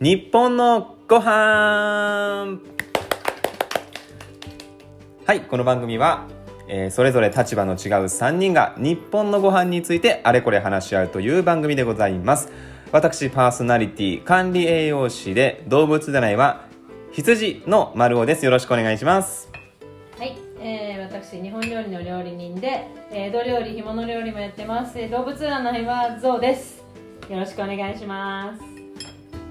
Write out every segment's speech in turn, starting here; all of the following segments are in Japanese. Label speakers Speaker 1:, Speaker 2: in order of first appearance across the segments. Speaker 1: 日本のご飯はいこの番組は、えーそれぞれ立場の違う3人が日本のご飯についてあれこれ話し合うという番組でございます私パーソナリティ管理栄養士で動物占いは羊の丸尾ですよろしくお願いします
Speaker 2: はい、えー、私日本料理の料理人で、えー、江戸料理、干物料理もやってます。えー、動物占いはゾウです。よろしくお願いします。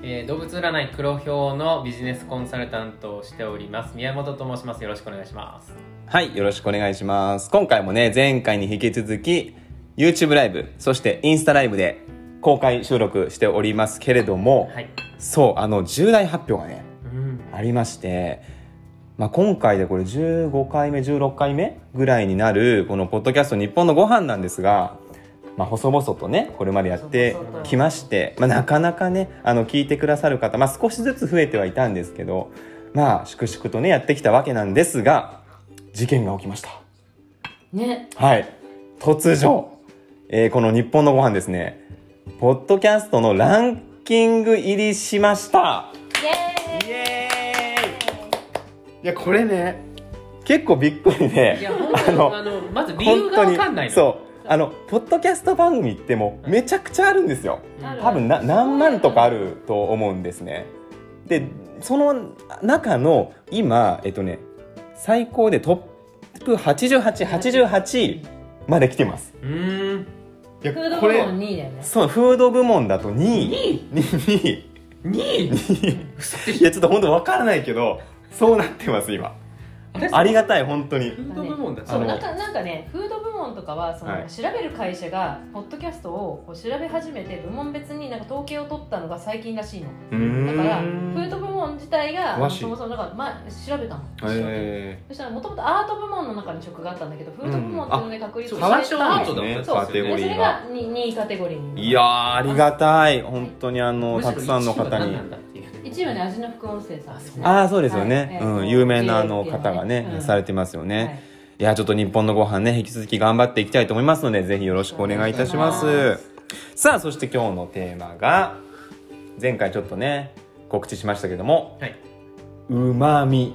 Speaker 3: えー、動物占い黒ひょうのビジネスコンサルタントをしております宮本と申しますよろしくお願いします
Speaker 1: はい、よろしくお願いします。今回もね、前回に引き続き、YouTube ライブ、そしてインスタライブで公開収録しておりますけれども、
Speaker 3: はい
Speaker 1: そう、あの、重大発表がね、
Speaker 3: うん
Speaker 1: ありまして、まあ、今回でこれ15回目、16回目ぐらいになる、このポッドキャスト日本のご飯なんですが、まあ、細々とね、これまでやってきまして、まあ、なかなかね、あの、聞いてくださる方、まあ、少しずつ増えてはいたんですけど、まあ、粛々とね、やってきたわけなんですが、事件が起きました。
Speaker 2: ね、
Speaker 1: はい。突如、えーこの日本のご飯ですね、ポッドキャストのランキング入りしました。
Speaker 2: イエーイ。
Speaker 1: イエーイいや、これね、結構びっくりで、
Speaker 3: いや本当にあのまず理由が分かんないの
Speaker 1: そう。あの、ポッドキャスト番組ってもうめちゃくちゃあるんですよ。多分な何万とかあると思うんですね。でその中の今えっとね最高でトップ8888まで来てます。
Speaker 3: うーん
Speaker 1: いや
Speaker 2: フード
Speaker 1: こ
Speaker 2: 部
Speaker 1: れ
Speaker 2: 門2位だよね。
Speaker 1: そうフード部門だと2位。
Speaker 3: 2
Speaker 1: 2位
Speaker 3: 位
Speaker 1: いやちょっと本当わからないけどそうなってます今。ありがたい本当に
Speaker 3: フ。ード部門だ
Speaker 1: あ
Speaker 2: そう
Speaker 1: の
Speaker 2: なんかなんかねフード部門とかはその、
Speaker 1: はい
Speaker 2: 調べる会社がポッドキャストをこう調べ始めて部門別になんか統計を取ったのが最近らしいの
Speaker 1: うーん
Speaker 2: だからフード部門自体が
Speaker 1: 詳しい
Speaker 2: そもそもなんか、ま、調べたの、
Speaker 1: え
Speaker 2: そしたらもともとアート部門の中に職があったんだけどフード部門っていうので確立
Speaker 3: う
Speaker 2: し
Speaker 3: ん
Speaker 2: て
Speaker 3: あ
Speaker 2: た
Speaker 3: そう
Speaker 1: ー
Speaker 3: アートだもんね
Speaker 2: そう
Speaker 1: カテゴ
Speaker 2: で
Speaker 1: リ
Speaker 2: それ
Speaker 1: ーが。
Speaker 2: が 2, 位カテゴリーに
Speaker 1: いやーありがたい本当にあの
Speaker 3: むしろ
Speaker 1: たくさんの方
Speaker 3: 一
Speaker 1: に
Speaker 3: 位は何。なんだっていうね
Speaker 2: 1位はね味の副音声さんですね
Speaker 1: ああそうですよね、
Speaker 2: はい
Speaker 1: うん、
Speaker 2: えー
Speaker 1: 有名なあの方がね、
Speaker 2: うん
Speaker 1: されてますよね、
Speaker 2: はい
Speaker 1: い、やちょっと日本のご飯ね引き続き頑張っていきたいと思いますのでぜひよろしくお願いいたします
Speaker 2: お願いし
Speaker 1: さあそして今日のテーマが前回ちょっとね告知しましたけども
Speaker 3: はいう
Speaker 1: まみ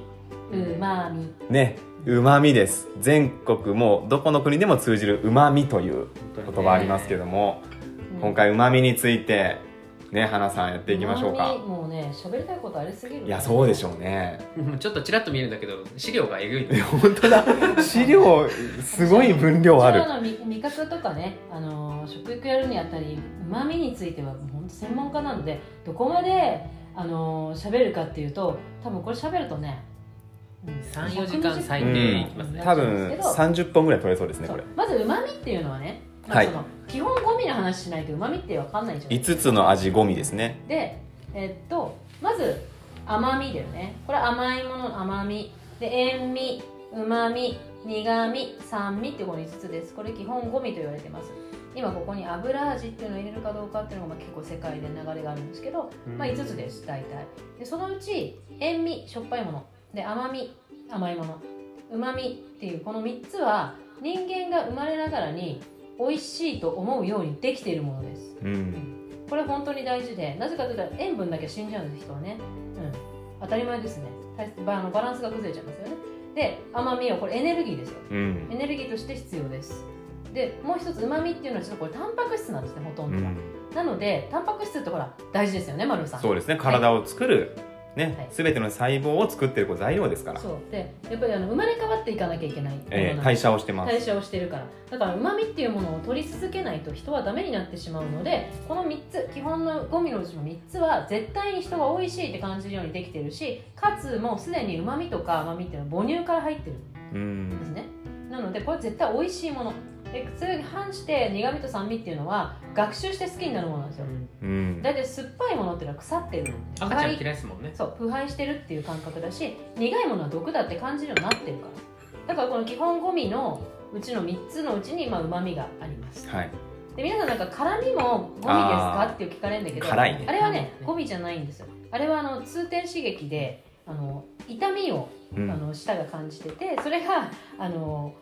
Speaker 2: うまみ
Speaker 1: ねうまみです全国もうどこの国でも通じるうまみという言葉ありますけども、今回うまみについてね花さんやっていきましょう
Speaker 2: うま
Speaker 1: か
Speaker 2: みもうね喋りたいことありすぎる
Speaker 1: いやそうでし
Speaker 2: ょ
Speaker 1: ょうね
Speaker 3: うんちょっとちらっと見えるんだけど資料がえぐいね
Speaker 1: 本当だ資料すごい分量ある
Speaker 2: の味味覚とかね、あのー食育やるにあたりうまみについては本当専門家なのでどこまであのー喋るかっていうと多分これ喋るとね、うん
Speaker 3: 34時間最低いきますね
Speaker 1: 多分30本ぐらい取れそうですね
Speaker 2: そ
Speaker 1: こ
Speaker 2: う
Speaker 1: れ
Speaker 2: まずうまみっていうのはね、まあ
Speaker 1: はい
Speaker 2: その基本ゴミの話しないとうまみって分かんないじゃん
Speaker 1: 5つの味ゴミですね
Speaker 2: でえっとまず甘みだよねこれ甘いものの甘みで塩味うまみ苦み酸味ってこの5つですこれ基本5味と言われてます今ここに油味っていうのを入れるかどうかっていうのがまあ結構世界で流れがあるんですけど、まあ、5つです大体でそのうち塩味しょっぱいもので甘み甘いものうまみっていうこの3つは人間が生まれながらに美味しいと思うようにできているものです
Speaker 1: うん
Speaker 2: これ本当に大事でなぜかというと塩分だけ死んじゃうんです人はね、うん、当たり前ですね体質バあのバランスが崩れちゃいますよねで甘みをこれエネルギーですよ
Speaker 1: うん
Speaker 2: エネルギーとして必要ですでもう一つうまみっていうのはちょっとこれタンパク質なんですねほと
Speaker 1: うん
Speaker 2: どが、
Speaker 1: ん
Speaker 2: なのでタンパク質ってほら大事ですよね丸さん
Speaker 1: そうですね体を作る
Speaker 2: は
Speaker 1: ね
Speaker 2: い
Speaker 1: 全ての細胞を作ってるこう材料ですから
Speaker 2: そうでやっぱりあの生まれ変わっていかなきゃいけないもの
Speaker 1: え
Speaker 2: な
Speaker 1: ー
Speaker 2: んで
Speaker 1: 代謝をしてます
Speaker 2: 代謝をしてるからだからうまみっていうものを取り続けないと人はダメになってしまうのでこの3つ基本のゴミのうちの3つは絶対に人が美味しいって感じるようにできてるしかつもうすでにうまみとか甘みっていうのは母乳から入ってるん
Speaker 1: う
Speaker 2: です
Speaker 1: ん
Speaker 2: ねなのでこれ絶対美味しいものでそれに反して苦味と酸味っていうのは学習して好きになるものなんです
Speaker 3: う
Speaker 2: よ
Speaker 3: ん
Speaker 1: うん
Speaker 2: 大体酸っぱいものっていうのは腐ってるの
Speaker 3: 赤ちゃん嫌いですもんね
Speaker 2: そう腐敗してるっていう感覚だし苦いものは毒だって感じるようになってるからだからこの基本ゴミのうちの3つのうちにうまみがあります
Speaker 1: はい
Speaker 2: で皆さんなんか辛みもゴミですかって聞かれるんだけど
Speaker 1: 辛いね
Speaker 2: あれはねゴミじゃないんですよあれはあの通天刺激であの痛みを
Speaker 1: う
Speaker 2: あ
Speaker 1: ん
Speaker 2: の舌が感じててそれがあの、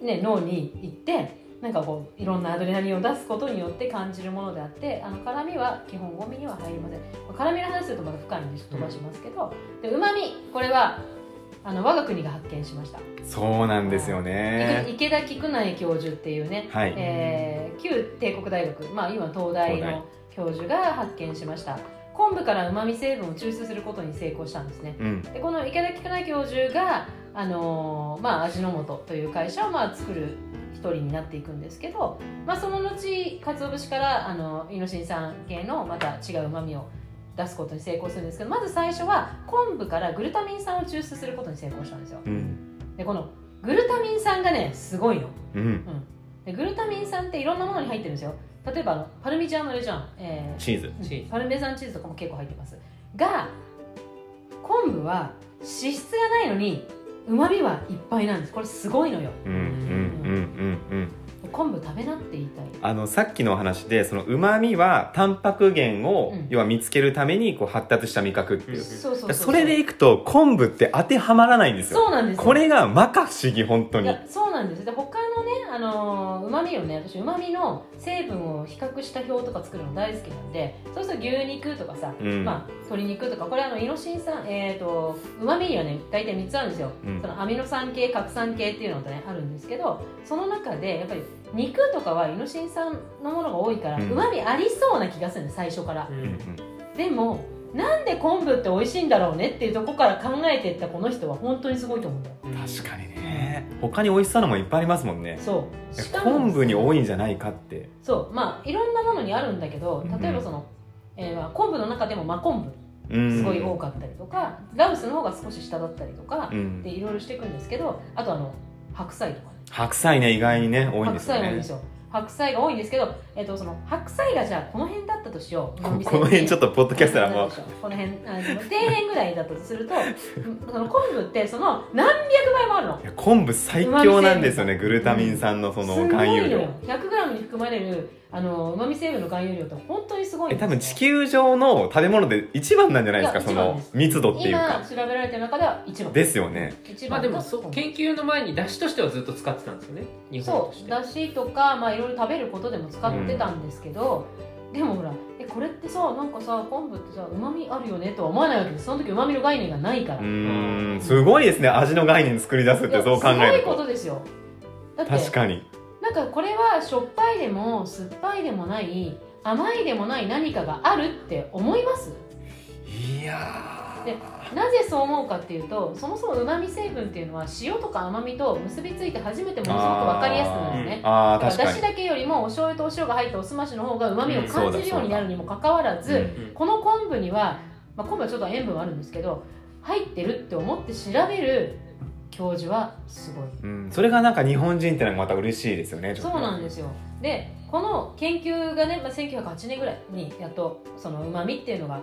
Speaker 2: ね、脳に行ってなんかこういろんなアドレナリンを出すことによって感じるものであってあの辛みは基本ゴミには入りませんまあ辛みの話するとまだ深いんでちょっと飛ばしますけどうまみこれはあの我が国が発見しました、
Speaker 1: そうなんですよね。
Speaker 2: 池田菊内教授っていうね、
Speaker 1: はい
Speaker 2: えー旧帝国大学、まあ、今東大
Speaker 1: 東大
Speaker 2: の教授が発見しました昆布からうまみ成分を抽出することに成功したんですね
Speaker 1: うん。
Speaker 2: でこの池田菊内教授が、あのーまあ、味の素という会社を、まあ、作る一人になっていくんですけど、まあ、その後鰹節からあのイノシン酸系のまた違ううまみを出すことに成功するんですけどまず最初は昆布からグルタミン酸を抽出することに成功したんですよ
Speaker 1: うん。
Speaker 2: でこのグルタミン酸がねすごいの
Speaker 1: うん。
Speaker 2: でグルタミン酸っていろんなものに入ってるんですよ例えばあのパルミジャーノレジャン、えー
Speaker 1: チーズ。
Speaker 3: チーズ
Speaker 2: パルメザンチーズとかも結構入ってますが昆布は脂質がないのにうまみはいっぱいなんですこれすごいのよ
Speaker 1: うん。うん。うん。うん。うん。
Speaker 2: 昆布食べなって言いたい
Speaker 1: あのさっきのお話でそのうまみはタンパク源を、
Speaker 2: うん
Speaker 1: 要は見つけるためにこう発達した味覚っていう、
Speaker 3: うん
Speaker 2: そうそう
Speaker 1: だ
Speaker 2: そ
Speaker 1: か
Speaker 2: う
Speaker 1: らそれでいくと昆布って当てはまらないんですよ
Speaker 2: そうなんですよ
Speaker 1: これが摩訶不思議本当
Speaker 2: い
Speaker 1: に
Speaker 2: やそうなんですで他のねあのうまみをね私うまみの成分を比較した表とか作るの大好きなんでそうすると牛肉とかさ、
Speaker 1: うん
Speaker 2: まあ、鶏肉とかこれあのイノシン酸えっ、とうまみにはね大体3つあるんですよ、
Speaker 1: うん
Speaker 2: そのアミノ酸系核酸系っていうのとねあるんですけどその中でやっぱり肉とかはイノシン酸のものが多いから
Speaker 1: うん
Speaker 2: うま、みありそうな気がするね最初から
Speaker 3: う
Speaker 1: うんん
Speaker 2: でもなんで昆布って美味しいんだろうねっていうとこから考えてったこの人は本当にすごいと思うんだよ
Speaker 1: うん確かにね他に美味しそうなもんいっぱいありますもんね
Speaker 2: そうしかも
Speaker 1: 昆布に多いんじゃないかって
Speaker 2: そうまあいろんなものにあるんだけど例えばその、えーまあ昆布の中でも真昆布すごい多
Speaker 1: く
Speaker 2: かったりとか、ラウスの方が少し下だったりとか
Speaker 1: う、ん
Speaker 2: でいろいろしていくんですけどあとあの白菜とかね
Speaker 1: 白菜ね意外にね多いんで
Speaker 2: 白
Speaker 1: すよ
Speaker 2: 菜多いんで
Speaker 1: ね
Speaker 2: すよ白菜が多いんですけど、えっとその白菜がじゃあこの辺だったとしよう
Speaker 1: こ この辺ちょっ
Speaker 2: と
Speaker 1: とポッドキャストはもう
Speaker 2: この辺あの底辺ぐらいだったとするとその昆布ってその何百倍もあるの
Speaker 1: いや昆布最強なんですよねグルタミン酸のその
Speaker 2: すご
Speaker 1: 含有
Speaker 2: い
Speaker 1: 量
Speaker 2: のよ 100g に含まれるあのうまみ成分の含有量って本当にすごいん
Speaker 1: え
Speaker 2: です
Speaker 1: 多
Speaker 2: よ
Speaker 1: 分地球上の食べ物で一番なんじゃないですか
Speaker 2: いや
Speaker 1: そ
Speaker 2: 一番
Speaker 1: の
Speaker 2: です
Speaker 1: 密度っていう
Speaker 2: 今
Speaker 1: か
Speaker 2: 調べられてる中では一番
Speaker 1: ですよね
Speaker 2: 一
Speaker 3: ま
Speaker 2: 番
Speaker 3: あでもそう
Speaker 2: け
Speaker 3: 研究の前に出汁としてはずっと使ってたんですよね日
Speaker 2: そ
Speaker 3: 本とし
Speaker 2: う
Speaker 3: て
Speaker 2: だしとかまあいろいろ食べることでも使ってたんですけど、でもほらえこれってさなんかさ昆布ってさうまみあるよねとは思わないわけですその時うまみの概念がないから
Speaker 1: うーんすごいですね味の概念作り出すっ
Speaker 2: いや
Speaker 1: てそう考える
Speaker 2: すごいこととですよだって
Speaker 1: 確かに
Speaker 2: なんかこれはしょっぱいでも酸っぱいでもない甘いでもない何かがあるって思います
Speaker 1: いや
Speaker 2: でなぜそう思うかっていうとそもそもうまみ成分っていうのは塩とか甘みと結びついて初めてものすごく分かりやすくなるんですね
Speaker 1: あーあー
Speaker 2: だ
Speaker 1: 確
Speaker 2: から
Speaker 1: か
Speaker 2: だし
Speaker 1: に
Speaker 2: だけよりもお醤油とお塩が入ったおすましの方がうまみを感じるようになるにもかかわらず、
Speaker 1: うん
Speaker 3: うん
Speaker 2: この昆布には、まあ、昆布はちょっと塩分あるんですけど入ってるって思って調べる教授はすごい
Speaker 1: うんそれがなんか日本人ってのがまた嬉しいですよねちょっ
Speaker 2: そ
Speaker 1: と
Speaker 2: うなんですよでこの研究がね、まあ、1908年ぐらいにやっとそのうまみっていうのが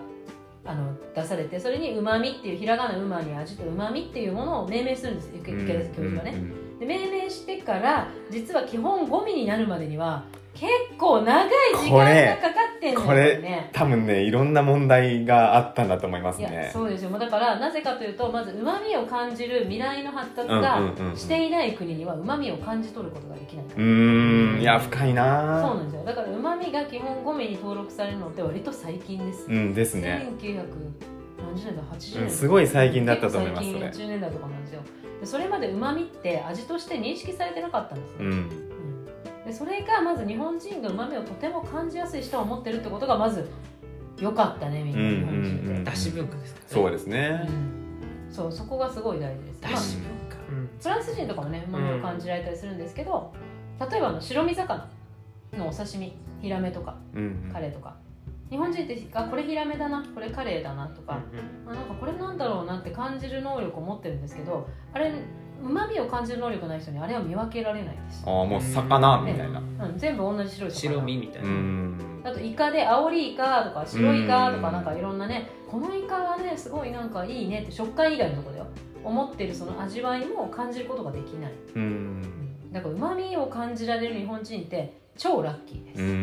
Speaker 2: あの出されてそれにうまみっていうひらがなうまに味とうまみっていうものを命名するんです池
Speaker 1: うん
Speaker 2: 池田教授はね、
Speaker 1: うんうん
Speaker 2: で命名してから実は基本ゴミになるまでには結構長い時
Speaker 1: こ
Speaker 2: 間が
Speaker 1: れ
Speaker 2: かかってんだよね
Speaker 1: これ多分ねいろんな問題があったんだと思います
Speaker 2: いや
Speaker 1: ね
Speaker 2: そうですよだからなぜかというとまずうまみを感じる未来の発達
Speaker 1: うんうん
Speaker 2: が
Speaker 1: うんうん
Speaker 2: していない国にはうまみを感じ取ることができないか
Speaker 1: う
Speaker 2: ら、
Speaker 1: ーんいや深い
Speaker 2: そう
Speaker 1: な
Speaker 2: なんですよだからうまみが基本ゴミに登録されるのって割と最近です、
Speaker 1: うんですね
Speaker 2: 1900何十年代80
Speaker 1: う
Speaker 2: 年
Speaker 1: ん
Speaker 2: 代
Speaker 1: すごい最近だったと思いますそれ
Speaker 2: 結構最近10年代とかなんですよでそれまでうまみって味として認識されてなかったんですね、
Speaker 1: うん
Speaker 2: でそれがまず日本人がうまみをとても感じやすい舌を持ってるってことがまず良かったねみんな日本人で、
Speaker 1: うんうんうん
Speaker 3: だし文化ですからね
Speaker 1: そうですね
Speaker 2: うんそうそこがすごい大事です、まあ
Speaker 3: だし文化うん
Speaker 2: フランス人とかもねうまみを感じられたりするんですけど、例えばあの白身魚のお刺身ヒラメとか
Speaker 1: うん
Speaker 2: カレーとか、日本人ってあこれヒラメだなこれカレーだなとか、
Speaker 3: うん
Speaker 2: あなんかこれなんだろうなって感じる能力を持ってるんですけどあれうまみを感じる能力ない人にあれは見分けられないです
Speaker 1: あ、あもう魚みたいな
Speaker 2: うん、全部同じ白い魚
Speaker 3: 白身みたいうな、
Speaker 1: ん
Speaker 2: あとイカで青いイカとか白いイカと
Speaker 1: う
Speaker 2: か
Speaker 1: ん
Speaker 2: なんかいろんなねこのイカはねすごいなんかいいねって食感以外のところだよ思ってるその味わいも感じることができない
Speaker 1: うん
Speaker 2: だからうまみを感じられる日本人って超ラッキーです、
Speaker 1: う
Speaker 3: うん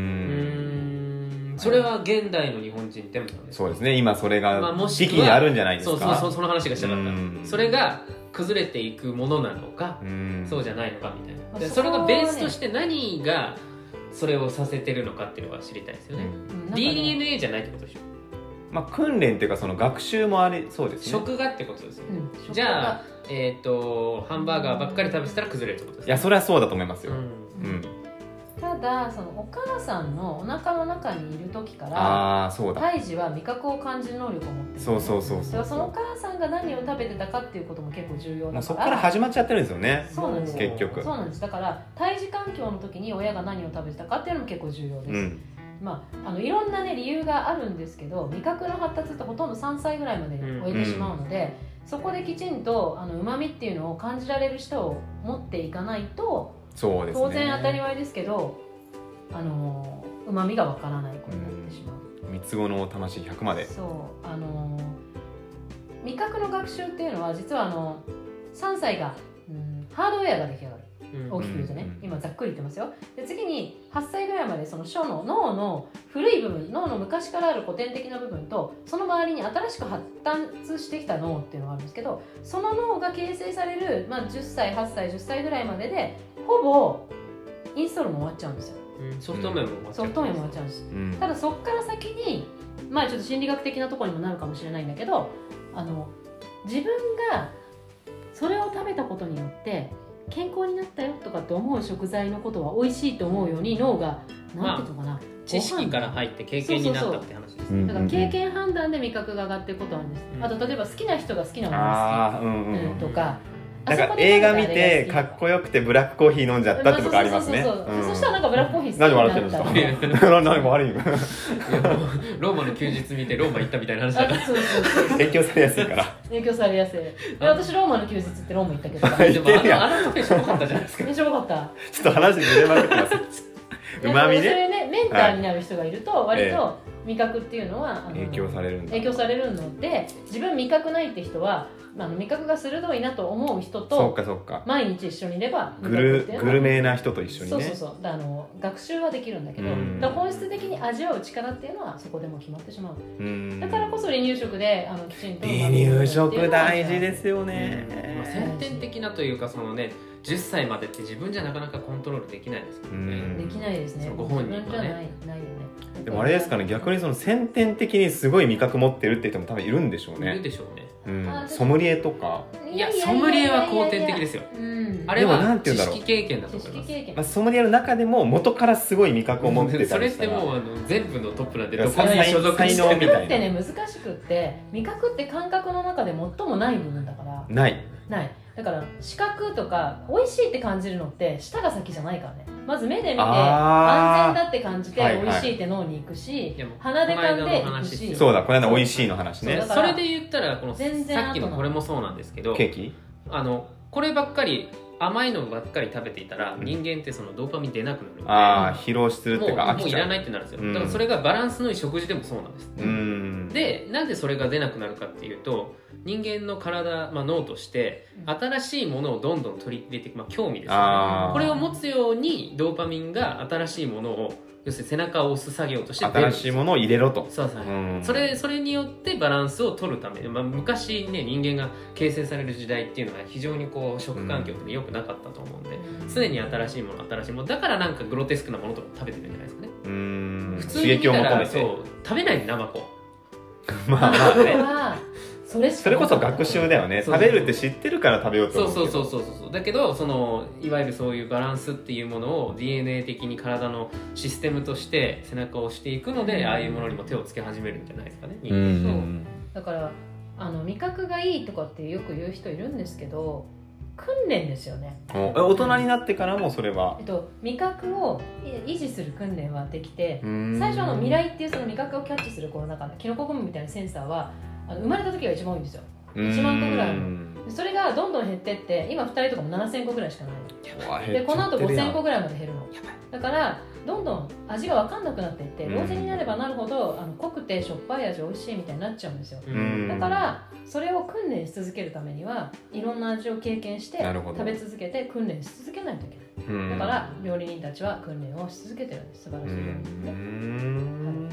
Speaker 3: んそれは現代の日本人ってもそうです
Speaker 1: そうですね今それ
Speaker 3: まあ
Speaker 1: が
Speaker 3: もし
Speaker 1: 時
Speaker 3: く
Speaker 1: 期
Speaker 3: は
Speaker 1: にあるんじゃないで
Speaker 3: そ
Speaker 1: す
Speaker 3: うそう
Speaker 1: か
Speaker 3: そうその話がしたかった
Speaker 1: うん
Speaker 3: それが崩れていくものなのか、
Speaker 1: うん
Speaker 3: そうじゃないのかみたいな
Speaker 2: まあ
Speaker 3: で
Speaker 2: そ
Speaker 3: そ
Speaker 2: こ
Speaker 3: れ
Speaker 2: は
Speaker 3: が
Speaker 2: ね
Speaker 3: ベースとして何がそれをさせてるのかっていうのが知りたいですよね、
Speaker 2: うんなんかね
Speaker 3: DNA じゃないってことでしょ
Speaker 1: まあ、訓練っていうかその学習もあれそうですね
Speaker 3: 食がってことですよ
Speaker 2: う
Speaker 3: ね、
Speaker 2: ん食が
Speaker 3: じゃあえっ、とハンバーガーばっかり食べてたら崩れるってことです
Speaker 1: いやそれはそうだと思います
Speaker 3: う
Speaker 1: よ、
Speaker 3: ん
Speaker 1: うん
Speaker 2: ただそのお母さんのお腹の中にいる時から
Speaker 1: ああそうだ
Speaker 2: 胎児は味覚を感じる能力を持ってる
Speaker 1: そうそうそう
Speaker 2: だか
Speaker 1: そ
Speaker 2: ら
Speaker 1: う
Speaker 2: そのお母さんが何を食べてたかっていうことも結構重要
Speaker 1: も
Speaker 2: だ
Speaker 1: うそ
Speaker 2: か
Speaker 1: こ
Speaker 2: ら
Speaker 1: から始まっちゃってるんですよね
Speaker 2: そうなんですよ
Speaker 1: 結局
Speaker 2: そうなんですだから胎児環境の時に親が何を食べてたかっていうのも結構重要です、
Speaker 1: うん
Speaker 2: まあ、あのいろんな、ね、理由があるんですけど味覚の発達ってほとんど3歳ぐらいまでに終えてしまうので、そこできちんとうまみっていうのを感じられる人を持っていかないと
Speaker 1: そうですね
Speaker 2: 当然当たり前ですけどうまみがわからない子になってしまう。
Speaker 1: 三つ子の魂100まで
Speaker 2: そうあのー味覚の学習っていうのは実はあの3歳が、うん、ハードウェアが出来上がる
Speaker 3: うん
Speaker 2: 大きく言うとね、
Speaker 1: うん
Speaker 2: 今ざっくり言ってますよで次に8歳ぐらいまでその小の脳の古い部分脳の昔からある古典的な部分とその周りに新しく発達してきた脳っていうのがあるんですけどその脳が形成される、まあ、10歳8歳10歳ぐらいまででほぼインストールも終わっちゃうんですよ
Speaker 3: うんソフト面も終わっちゃ
Speaker 2: ソフト面も終わっちゃうんです
Speaker 1: うん
Speaker 2: ただそっから先にまあちょっと心理学的なところにもなるかもしれないんだけどあの自分がそれを食べたことによって健康になったよとかって思う食材のことは美味しいと思うように脳がなんていうのかな、
Speaker 3: 知識から
Speaker 2: ご飯
Speaker 3: 入って経験になったって話ですね
Speaker 1: うん
Speaker 2: だから経験判断で味覚が上がっていくことなんです、
Speaker 3: うん
Speaker 2: あと例えば好きな人が好きなものが
Speaker 1: ああうんう
Speaker 2: 好
Speaker 1: ん
Speaker 2: き、
Speaker 1: う
Speaker 2: うんんとか
Speaker 1: なん
Speaker 2: あそ
Speaker 1: か
Speaker 2: こで
Speaker 1: 映画見
Speaker 2: 食べたあ
Speaker 1: て
Speaker 2: れが好き
Speaker 1: かっこよくてブラックコーヒー飲んじゃったとかありますね
Speaker 2: そうそうそうそう
Speaker 1: うん
Speaker 2: そしたらなんかブラックコーヒー好き
Speaker 1: 何笑ってるん
Speaker 2: に
Speaker 1: で
Speaker 2: な
Speaker 1: す
Speaker 2: っ
Speaker 1: か
Speaker 2: たりと
Speaker 1: 何何悪いよ
Speaker 3: いやもうローマの休日見てローマ行ったみたいな話だか
Speaker 2: あそうそうそう
Speaker 1: 影響されやすいから
Speaker 2: 影響されやすいで
Speaker 3: ら
Speaker 2: 私ローマの休日ってローマ行ったけど
Speaker 1: は
Speaker 2: さ
Speaker 1: い
Speaker 2: め
Speaker 3: でもあのあの時しょぼかったじゃない ですか
Speaker 2: っちゃ多か った
Speaker 1: ちょっと話ずれまくってますうまみ
Speaker 2: で
Speaker 1: ね
Speaker 2: それねメンターになる人がいると割と味覚っていうのは、あの
Speaker 1: 影響されるんだ
Speaker 2: 影響されるので自分味覚ないって人は、まあ、あの味覚が鋭いなと思う人
Speaker 1: そう
Speaker 2: と
Speaker 1: かそうか
Speaker 2: 毎日一緒にいれば
Speaker 1: グル
Speaker 2: 味覚っていうのは
Speaker 1: グルメな人と一緒に
Speaker 2: そうそう
Speaker 1: ね
Speaker 2: そうだからあの学習はできるんだけど
Speaker 1: うん
Speaker 2: だから本質的に味わう力っていうのはそこでも決まってしまう
Speaker 1: うん
Speaker 2: だからこそ離乳食であのきちんと
Speaker 1: 離乳食大事ですよね
Speaker 3: まあ、先天的なというかそのね10歳までって自分じゃなかなかコントロールできないですもんね、
Speaker 1: うん
Speaker 2: できないですね
Speaker 3: そうご本人はね
Speaker 2: 自分じゃないないよね
Speaker 1: でもあれですかね逆にその先天的にすごい味覚持ってるって人も多分いるんでしょう
Speaker 3: いる
Speaker 1: ね、
Speaker 3: でしょうね
Speaker 1: うん、ソムリエとか、
Speaker 3: いやソムリエは肯定的ですすよ
Speaker 2: うん
Speaker 3: あれ
Speaker 1: でもな
Speaker 3: は
Speaker 1: んて言う
Speaker 3: 知
Speaker 1: んだろう
Speaker 3: 識経験だと
Speaker 2: 知
Speaker 3: 思
Speaker 2: 識
Speaker 3: います
Speaker 2: 経験
Speaker 1: まあ、ソムリエの中でも元からすごい味覚を持ってた
Speaker 3: それ
Speaker 1: り
Speaker 3: っ
Speaker 1: した
Speaker 3: て
Speaker 1: ら
Speaker 3: もうあの全部のトップなんで
Speaker 1: いや
Speaker 3: どこに所属して
Speaker 1: 才能みたいな
Speaker 2: ってね難しくって味覚って感覚の中で最もない部分だから
Speaker 1: ない
Speaker 2: ないだから視覚とか美味しいって感じるのって舌が先じゃないからねまず目で見て
Speaker 1: あー
Speaker 2: 安全だって感じて
Speaker 1: はいはい
Speaker 2: 美味しいって脳に行くし
Speaker 3: いやもう
Speaker 2: 鼻で噛んで
Speaker 3: この間の
Speaker 2: 行く
Speaker 3: 話です
Speaker 2: し
Speaker 3: よ
Speaker 1: そうだこの間美味しいの話
Speaker 2: そう
Speaker 1: ね
Speaker 2: だから
Speaker 3: それで言ったらこのさ
Speaker 2: 全然
Speaker 3: っきのこれもそうなんですけど
Speaker 1: ケーキ
Speaker 3: あのこればっかり甘いのばっかり食べていたら
Speaker 1: うん
Speaker 3: 人間ってそのドーパミン出なくなるので、
Speaker 1: ああ疲労するってい
Speaker 3: も
Speaker 1: う
Speaker 3: う
Speaker 1: か飽
Speaker 3: も
Speaker 1: き
Speaker 3: うい
Speaker 1: ちゃ
Speaker 3: ら
Speaker 1: う
Speaker 3: ないってなるんですよ、
Speaker 1: うん
Speaker 3: だからそれがバランスのいい食事でもそうなんです、
Speaker 1: うん
Speaker 3: でなんでそれが出なくなるかっていうと人間の体、まあ、脳として
Speaker 2: うん
Speaker 3: 新しいものをどんどん取り入れていく、まあ、興味ですよね
Speaker 1: ああ
Speaker 3: これを持つようにドーパミンが新しいものを要するに背中を押す作業として出る
Speaker 1: 新
Speaker 3: んです
Speaker 1: し
Speaker 3: よ
Speaker 1: いものを入れろと、
Speaker 3: そうそう
Speaker 1: うん、
Speaker 3: それそれによってバランスを取るため、まあ、昔ね人間が形成される時代っていうのは非常にこう食環境って良くなかったと思うんで、常に新しいもの新しいものだからなんかグロテスクなものとか食べてるんじゃないですかね、
Speaker 1: うん
Speaker 3: 普通
Speaker 1: 刺
Speaker 3: に見
Speaker 1: 激
Speaker 3: た
Speaker 1: を求
Speaker 3: ら
Speaker 1: め
Speaker 3: そ
Speaker 1: て
Speaker 3: う食べないでナマコ
Speaker 1: まあまあ
Speaker 2: それ
Speaker 1: ね
Speaker 2: はそれし
Speaker 1: そ
Speaker 2: か
Speaker 1: れ
Speaker 2: なか
Speaker 1: こ
Speaker 2: った
Speaker 1: そ学習だよね
Speaker 3: そう
Speaker 1: 食べるって知ってるから食べようと
Speaker 3: そう
Speaker 1: 思うけ
Speaker 3: そ
Speaker 1: ど
Speaker 3: うそうそうそうだけどそのいわゆるそういうバランスっていうものを DNA 的に体のシステムとして背中を押していくので、
Speaker 2: うん
Speaker 3: ああいうものにも手をつけ始めるんじゃないですかね、
Speaker 1: うんうん
Speaker 2: だからあの味覚がいいとかってよく言う人いるんですけど訓練ですよね、
Speaker 1: うんおえ大人になってからもそれは
Speaker 2: えっと、味覚をい維持する訓練はできて
Speaker 1: うん
Speaker 2: 最初あの未来っていうその味覚をキャッチするこの中のキノコゴムみたいなセンサーはあの生まれた時が一番多いんですよ1万個ぐらいある
Speaker 1: うん
Speaker 2: でそれがどんどん減ってって今2人とかも7000個ぐらいしかないの
Speaker 1: わ減
Speaker 2: で
Speaker 1: っち
Speaker 2: この
Speaker 1: ゃっ
Speaker 2: 後
Speaker 1: てるやん
Speaker 2: 5000個ぐらいまで減るの
Speaker 3: やばい
Speaker 2: だからどんどん味が分かんなくなっていって
Speaker 1: うん
Speaker 2: 老人になればなるほどあの濃くてしょっぱい味美味しいみたいになっちゃうんですよ
Speaker 1: うん
Speaker 2: だからそれを訓練し続けるためにはいろんな味を経験して
Speaker 1: なるほど
Speaker 2: 食べ続けて訓練し続けないといけない
Speaker 1: うん
Speaker 2: だから料理人たちは訓練をし続けてるんです素晴
Speaker 1: う
Speaker 2: らしい料理人ね
Speaker 1: ん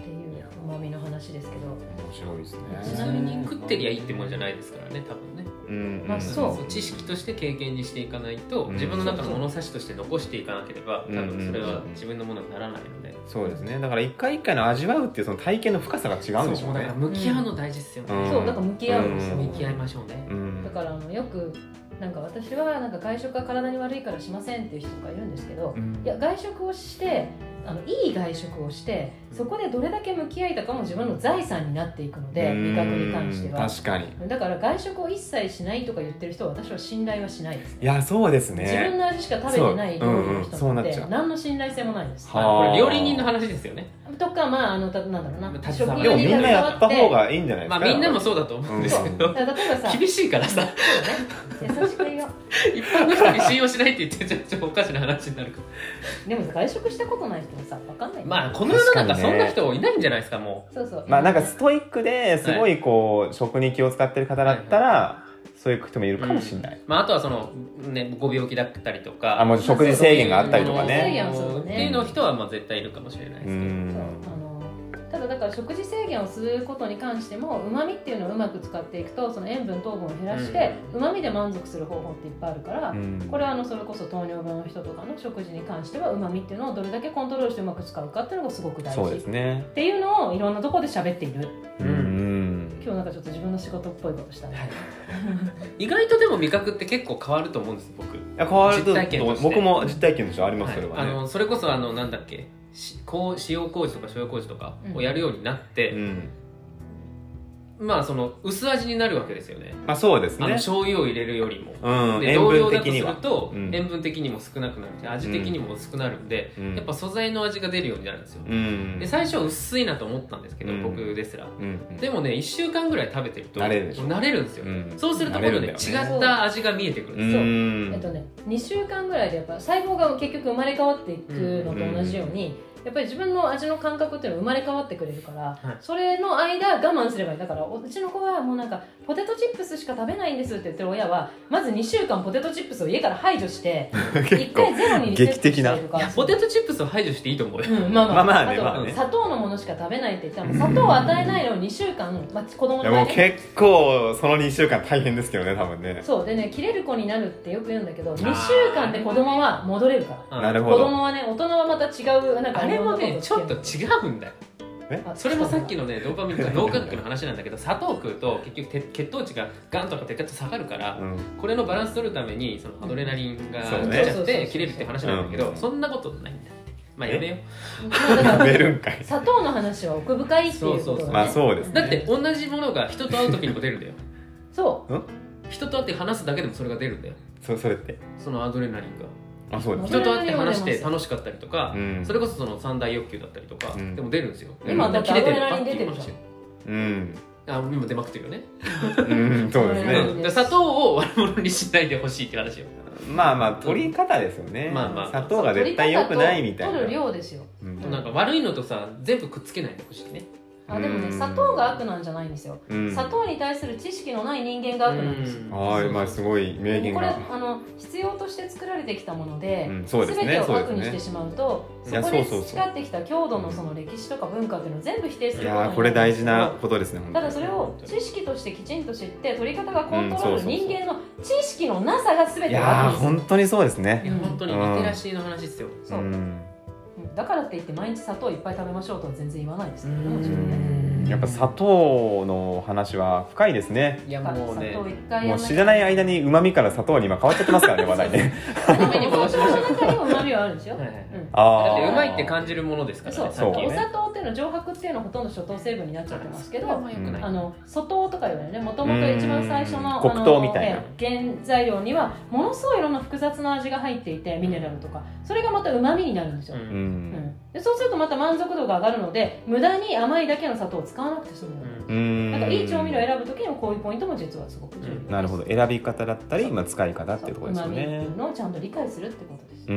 Speaker 2: っていううまみの話ですけど
Speaker 1: 面白いですね
Speaker 3: 普通に食ってりゃいいってもんじゃないですからね多分ね
Speaker 1: うん
Speaker 2: まあそう
Speaker 3: 知識として経験にしていかないと、
Speaker 1: うん
Speaker 3: 自分の中の物差しとして残していかなければ多分それ
Speaker 1: うんうん
Speaker 3: は
Speaker 1: うん
Speaker 3: 自分のものにならないので、
Speaker 1: そうですねだから一回一回の味わうっていうその体験の深さが違うんでしょ
Speaker 3: そううだか
Speaker 1: ね
Speaker 3: ら向き合うの大事ですよね、
Speaker 1: うん
Speaker 2: そうだから向き合うんですよ、
Speaker 1: うん
Speaker 3: 向き合いましょうね、
Speaker 1: うん
Speaker 2: だからあのよくなんか私はなんか外食は体に悪いからしませんっていう人とかいるんですけど、
Speaker 1: うん
Speaker 2: いや外食をしてあのいい外食をしてそこでどれだけ向き合えたかも自分の財産になっていくので
Speaker 1: うん
Speaker 2: 味覚に関しては
Speaker 1: 確かに
Speaker 2: だから外食を一切しないとか言ってる人は私は信頼はしないですね
Speaker 1: いやそうですね
Speaker 2: 自分の味しか食べてない料理の
Speaker 1: そうう
Speaker 2: 人
Speaker 1: んうんそうな
Speaker 2: っ
Speaker 1: っち
Speaker 2: て
Speaker 1: ゃう
Speaker 2: 何の信頼性もないです、
Speaker 1: はあ
Speaker 3: これ料理人の話ですよね、
Speaker 2: とかまああのたなんだろうな
Speaker 3: 立
Speaker 1: で
Speaker 3: ち
Speaker 1: もみんなやった方
Speaker 2: が
Speaker 1: がいいんじゃないで
Speaker 3: ますあ、
Speaker 1: か、
Speaker 3: みんなもそうだと思うんですけど、
Speaker 2: 例えばさ
Speaker 3: 厳しいからさ
Speaker 2: そうね優しく言うよ
Speaker 3: 一般の人に信用しないって言ってちょっ とおかしな話になるか
Speaker 2: でもさ外食したことない人もさ分かんない
Speaker 3: ら
Speaker 2: よ
Speaker 3: まあこの世の中
Speaker 1: 確か
Speaker 3: そ
Speaker 1: にね
Speaker 3: んな人いないんじゃないですかも
Speaker 2: そうそう
Speaker 1: まあなんかストイックですごいこう食に気を使ってる方だったらそういう人もいるかもしれない、
Speaker 3: う、まあ、あとはその、ね、ご病気だったりとか
Speaker 1: あもう食事制限があったりとかね
Speaker 2: 制限はそうだね
Speaker 3: っていうの人はまあ絶対いるかもしれないです
Speaker 1: う
Speaker 3: けど、
Speaker 1: ん
Speaker 2: そうあのただだから食事制限をすることに関してもうまみっていうのをうまく使っていくとその塩分糖分を減らしてうまみで満足する方法っていっぱいあるから、
Speaker 1: うん
Speaker 2: これはあのそれこそ糖尿病の人とかの食事に関してはうまみっていうのをどれだけコントロールしてうまく使うかっていうのがすごく大
Speaker 1: そう
Speaker 2: 事
Speaker 1: ですね
Speaker 2: っていうのをいろんなところで喋っている
Speaker 1: う
Speaker 3: うん
Speaker 1: ん
Speaker 2: 今日なんかちょっと自分の仕事っぽいことしたね
Speaker 3: 意外とでも味覚って結構変わると思うんです僕
Speaker 1: いや変わると
Speaker 3: 実体験として
Speaker 1: 僕も実体験としてありますそれは
Speaker 3: あ
Speaker 1: ね、
Speaker 3: のそれこそあのなんだっけしこう使用工事とか所用工事とかをやるようになって、
Speaker 1: うん
Speaker 3: まあその薄味になるわけですよね
Speaker 1: まあそうです
Speaker 3: あの
Speaker 1: ね
Speaker 3: 醤油を入れるよりも、
Speaker 1: うん
Speaker 3: で
Speaker 1: 塩
Speaker 3: 同量
Speaker 1: 分
Speaker 3: だと
Speaker 1: 的
Speaker 3: す
Speaker 1: に
Speaker 3: る
Speaker 1: は
Speaker 3: と
Speaker 1: うん
Speaker 3: 塩分的にも少なくなるし味的にも薄くなるんで、
Speaker 1: うん
Speaker 3: やっぱ素材の味が出るようになるんですよ、
Speaker 1: うん
Speaker 3: で最初は薄いなと思ったんですけど、
Speaker 1: うん
Speaker 3: 僕ですら
Speaker 1: うん
Speaker 3: でもね1週間ぐらい食べてると
Speaker 1: 慣れるでしょ
Speaker 3: 慣れるんですよ、
Speaker 1: うん
Speaker 3: そうすると今度ね
Speaker 1: 慣れ
Speaker 3: 違
Speaker 2: るん
Speaker 3: っ
Speaker 2: だよ
Speaker 3: た味が見えてくるん
Speaker 1: う
Speaker 3: ですよ
Speaker 1: ん
Speaker 2: えっとね、2週間ぐらいでやっぱ細胞が結局生まれ変わっていくのと同じように、やっぱり自分の味の感覚っていうのは生まれ変わってくれるから、
Speaker 3: はい
Speaker 2: それの間我慢すればいいだからおうちの子はもうなんかポテトチップスしか食べないんですって言ってる親はまず2週間ポテトチップスを家から排除して
Speaker 1: 結
Speaker 2: 1
Speaker 1: 構
Speaker 2: 回ゼロにリセットしたりとか
Speaker 3: いやポテトチップスを排除していいと思うよ、
Speaker 2: うん、まあまあ、
Speaker 1: まあまあね
Speaker 2: と、
Speaker 1: まあね
Speaker 2: 砂糖のものしか食べないって言ったらもう砂糖を与えないのを2週間、まあ、子供
Speaker 1: い
Speaker 2: の
Speaker 1: やもう
Speaker 2: 間に
Speaker 1: 結構その2週間大変ですけどね多分ね
Speaker 2: そうでね切れる子になるってよく言うんだけど2週間で子供は戻れるから。
Speaker 3: うん
Speaker 1: なるほど
Speaker 2: 子供はね大人はまた違うなんか
Speaker 3: あれもね
Speaker 2: 女の子
Speaker 3: ちょっと
Speaker 2: 付き
Speaker 3: 違うんだよ
Speaker 2: 合う
Speaker 3: それもさっきのねドーパミ ンとか脳科学の話なんだけど砂糖を食うと結局て血糖値がガンとかってガッと下がるから
Speaker 1: うん
Speaker 3: これのバランス取るためにそのアドレナリンが
Speaker 1: そうね
Speaker 3: 出ちゃって切れるって話なんだけ
Speaker 1: う
Speaker 3: ど
Speaker 1: ん
Speaker 3: そんなことないんだってまあやめよ
Speaker 2: まあだから
Speaker 1: 食べるんかい
Speaker 2: 砂糖の話は奥深いっていうこと
Speaker 3: そうそうそう
Speaker 1: まあ
Speaker 2: う
Speaker 1: そうです
Speaker 3: う
Speaker 1: ね
Speaker 3: だって同じものが人と会う時にも出るんだよ
Speaker 2: そ
Speaker 3: 人と会って話すだけでもそれが出るんだよ
Speaker 1: そそれって
Speaker 3: そのアドレナリンが
Speaker 1: あそうです
Speaker 3: 人と会って話して楽しかったりとか
Speaker 1: うん
Speaker 3: それこそその三大欲求だったりとか
Speaker 1: うん
Speaker 3: でも出るんですよ
Speaker 1: 今
Speaker 3: うん切れてるのかってい
Speaker 2: アドレナリ
Speaker 3: う
Speaker 2: ン出てる
Speaker 3: 話
Speaker 2: じ
Speaker 1: うん
Speaker 3: あ今出まくってるよね
Speaker 1: うんそうです
Speaker 2: う
Speaker 1: ね
Speaker 2: ん
Speaker 3: うん、砂糖を悪者にしないでほしいって話よ
Speaker 1: まあまあ取り方ですよね
Speaker 3: まあまあ
Speaker 1: 砂
Speaker 2: う
Speaker 1: 糖が絶対良くないみたい
Speaker 2: 取る
Speaker 1: な
Speaker 2: 量ですよ
Speaker 1: うん
Speaker 3: なんか悪いのとさ全部くっつけないでほしいね
Speaker 2: あでも
Speaker 1: う
Speaker 2: ね
Speaker 1: ん
Speaker 2: 砂糖が悪なんじゃないんですよ
Speaker 1: うん
Speaker 2: 砂糖に対する知識のない人間が悪なんですよ
Speaker 3: うん
Speaker 1: はいまあすごい名言
Speaker 2: これ
Speaker 1: が
Speaker 2: あの必要として作られてきたもので、
Speaker 1: うんそう
Speaker 2: す
Speaker 1: で
Speaker 2: べ
Speaker 1: すね
Speaker 2: 全てを悪
Speaker 1: そう
Speaker 2: に
Speaker 1: です
Speaker 2: し
Speaker 1: ね
Speaker 2: てしまうと
Speaker 1: い
Speaker 2: そ
Speaker 1: や
Speaker 2: こで
Speaker 1: そうそうそう
Speaker 2: 培ってきた郷土のその歴史とか文化っていうのを全部否定す
Speaker 1: い
Speaker 2: る
Speaker 1: や
Speaker 2: こと
Speaker 1: ー
Speaker 2: に
Speaker 1: これ
Speaker 2: なるん
Speaker 1: 大
Speaker 2: です
Speaker 1: 事
Speaker 2: けど
Speaker 1: なことですね本当
Speaker 2: た
Speaker 1: に
Speaker 2: だそれを知識としてきちんと知って取り方がコントロー
Speaker 1: うんそう
Speaker 2: ル
Speaker 1: そうそう
Speaker 2: 人間の知識のなさが全
Speaker 1: い
Speaker 2: てを
Speaker 1: やー
Speaker 2: 悪にする
Speaker 1: 本当にそうです
Speaker 3: い
Speaker 1: ね
Speaker 3: や本当に
Speaker 1: うん
Speaker 3: リテラシーの話ですよ、
Speaker 1: う
Speaker 2: そう、
Speaker 1: ん
Speaker 2: だからって言って毎日砂糖いっぱい食べましょうとは全然言わないですけどね
Speaker 3: うん
Speaker 2: もち
Speaker 1: う
Speaker 2: ろんね
Speaker 1: んやっぱ砂糖の話は深いですね
Speaker 3: いや
Speaker 2: だから
Speaker 3: もうね
Speaker 2: 砂糖一回
Speaker 1: も
Speaker 2: や
Speaker 1: うん
Speaker 2: な
Speaker 1: 知
Speaker 2: き
Speaker 1: ら
Speaker 2: ゃ
Speaker 1: ない間にうまみから砂糖に今変わっちゃってますからね話題ね
Speaker 2: でもお砂糖の中にもうまみはあるんですよ、
Speaker 3: はいはいはい
Speaker 2: うん
Speaker 1: あ
Speaker 3: だ
Speaker 1: あ
Speaker 3: ってうまいって感じるものですからね
Speaker 2: そう
Speaker 3: さっき
Speaker 2: お
Speaker 1: ね
Speaker 2: 砂糖っていうのは上白っていうのはほとんど初等成分になっちゃってますけど、
Speaker 3: あんま良くない
Speaker 2: あの粗糖とかよりねもともと一番最初の
Speaker 1: うん
Speaker 2: あの
Speaker 1: 黒糖みたいな
Speaker 2: ええ原材料にはものすごいいろんな複雑な味が入っていてミネラルとかそれがまたうまみになるんですよ、
Speaker 3: う
Speaker 1: うんん
Speaker 2: でそうするとまた満足度が上がるので無駄に甘いだけの砂糖を使わなくて済むよ、
Speaker 3: う
Speaker 1: うんん
Speaker 2: なんかいい調味料を選ぶ時にもこういうポイントも実はすごく重要です、
Speaker 1: なるほど選び方だったり今使い方っていうところですよ
Speaker 2: うま
Speaker 1: ね
Speaker 2: みのをちゃんと理解するってことです
Speaker 1: う
Speaker 2: う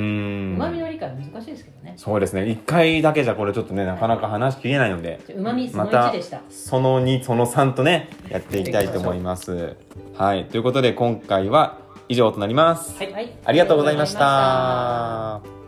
Speaker 2: まみ
Speaker 1: ん
Speaker 2: の理解は難しいですけどね
Speaker 1: そうですね一回だけじゃこれちょっとねなかなか話しきれないので
Speaker 2: うまみその
Speaker 1: また
Speaker 2: 1でした、
Speaker 1: その2その3とねやっていきたいと思いますはいということで今回は以上となります
Speaker 2: はい
Speaker 1: ありがとうございまし
Speaker 2: ありがとうございました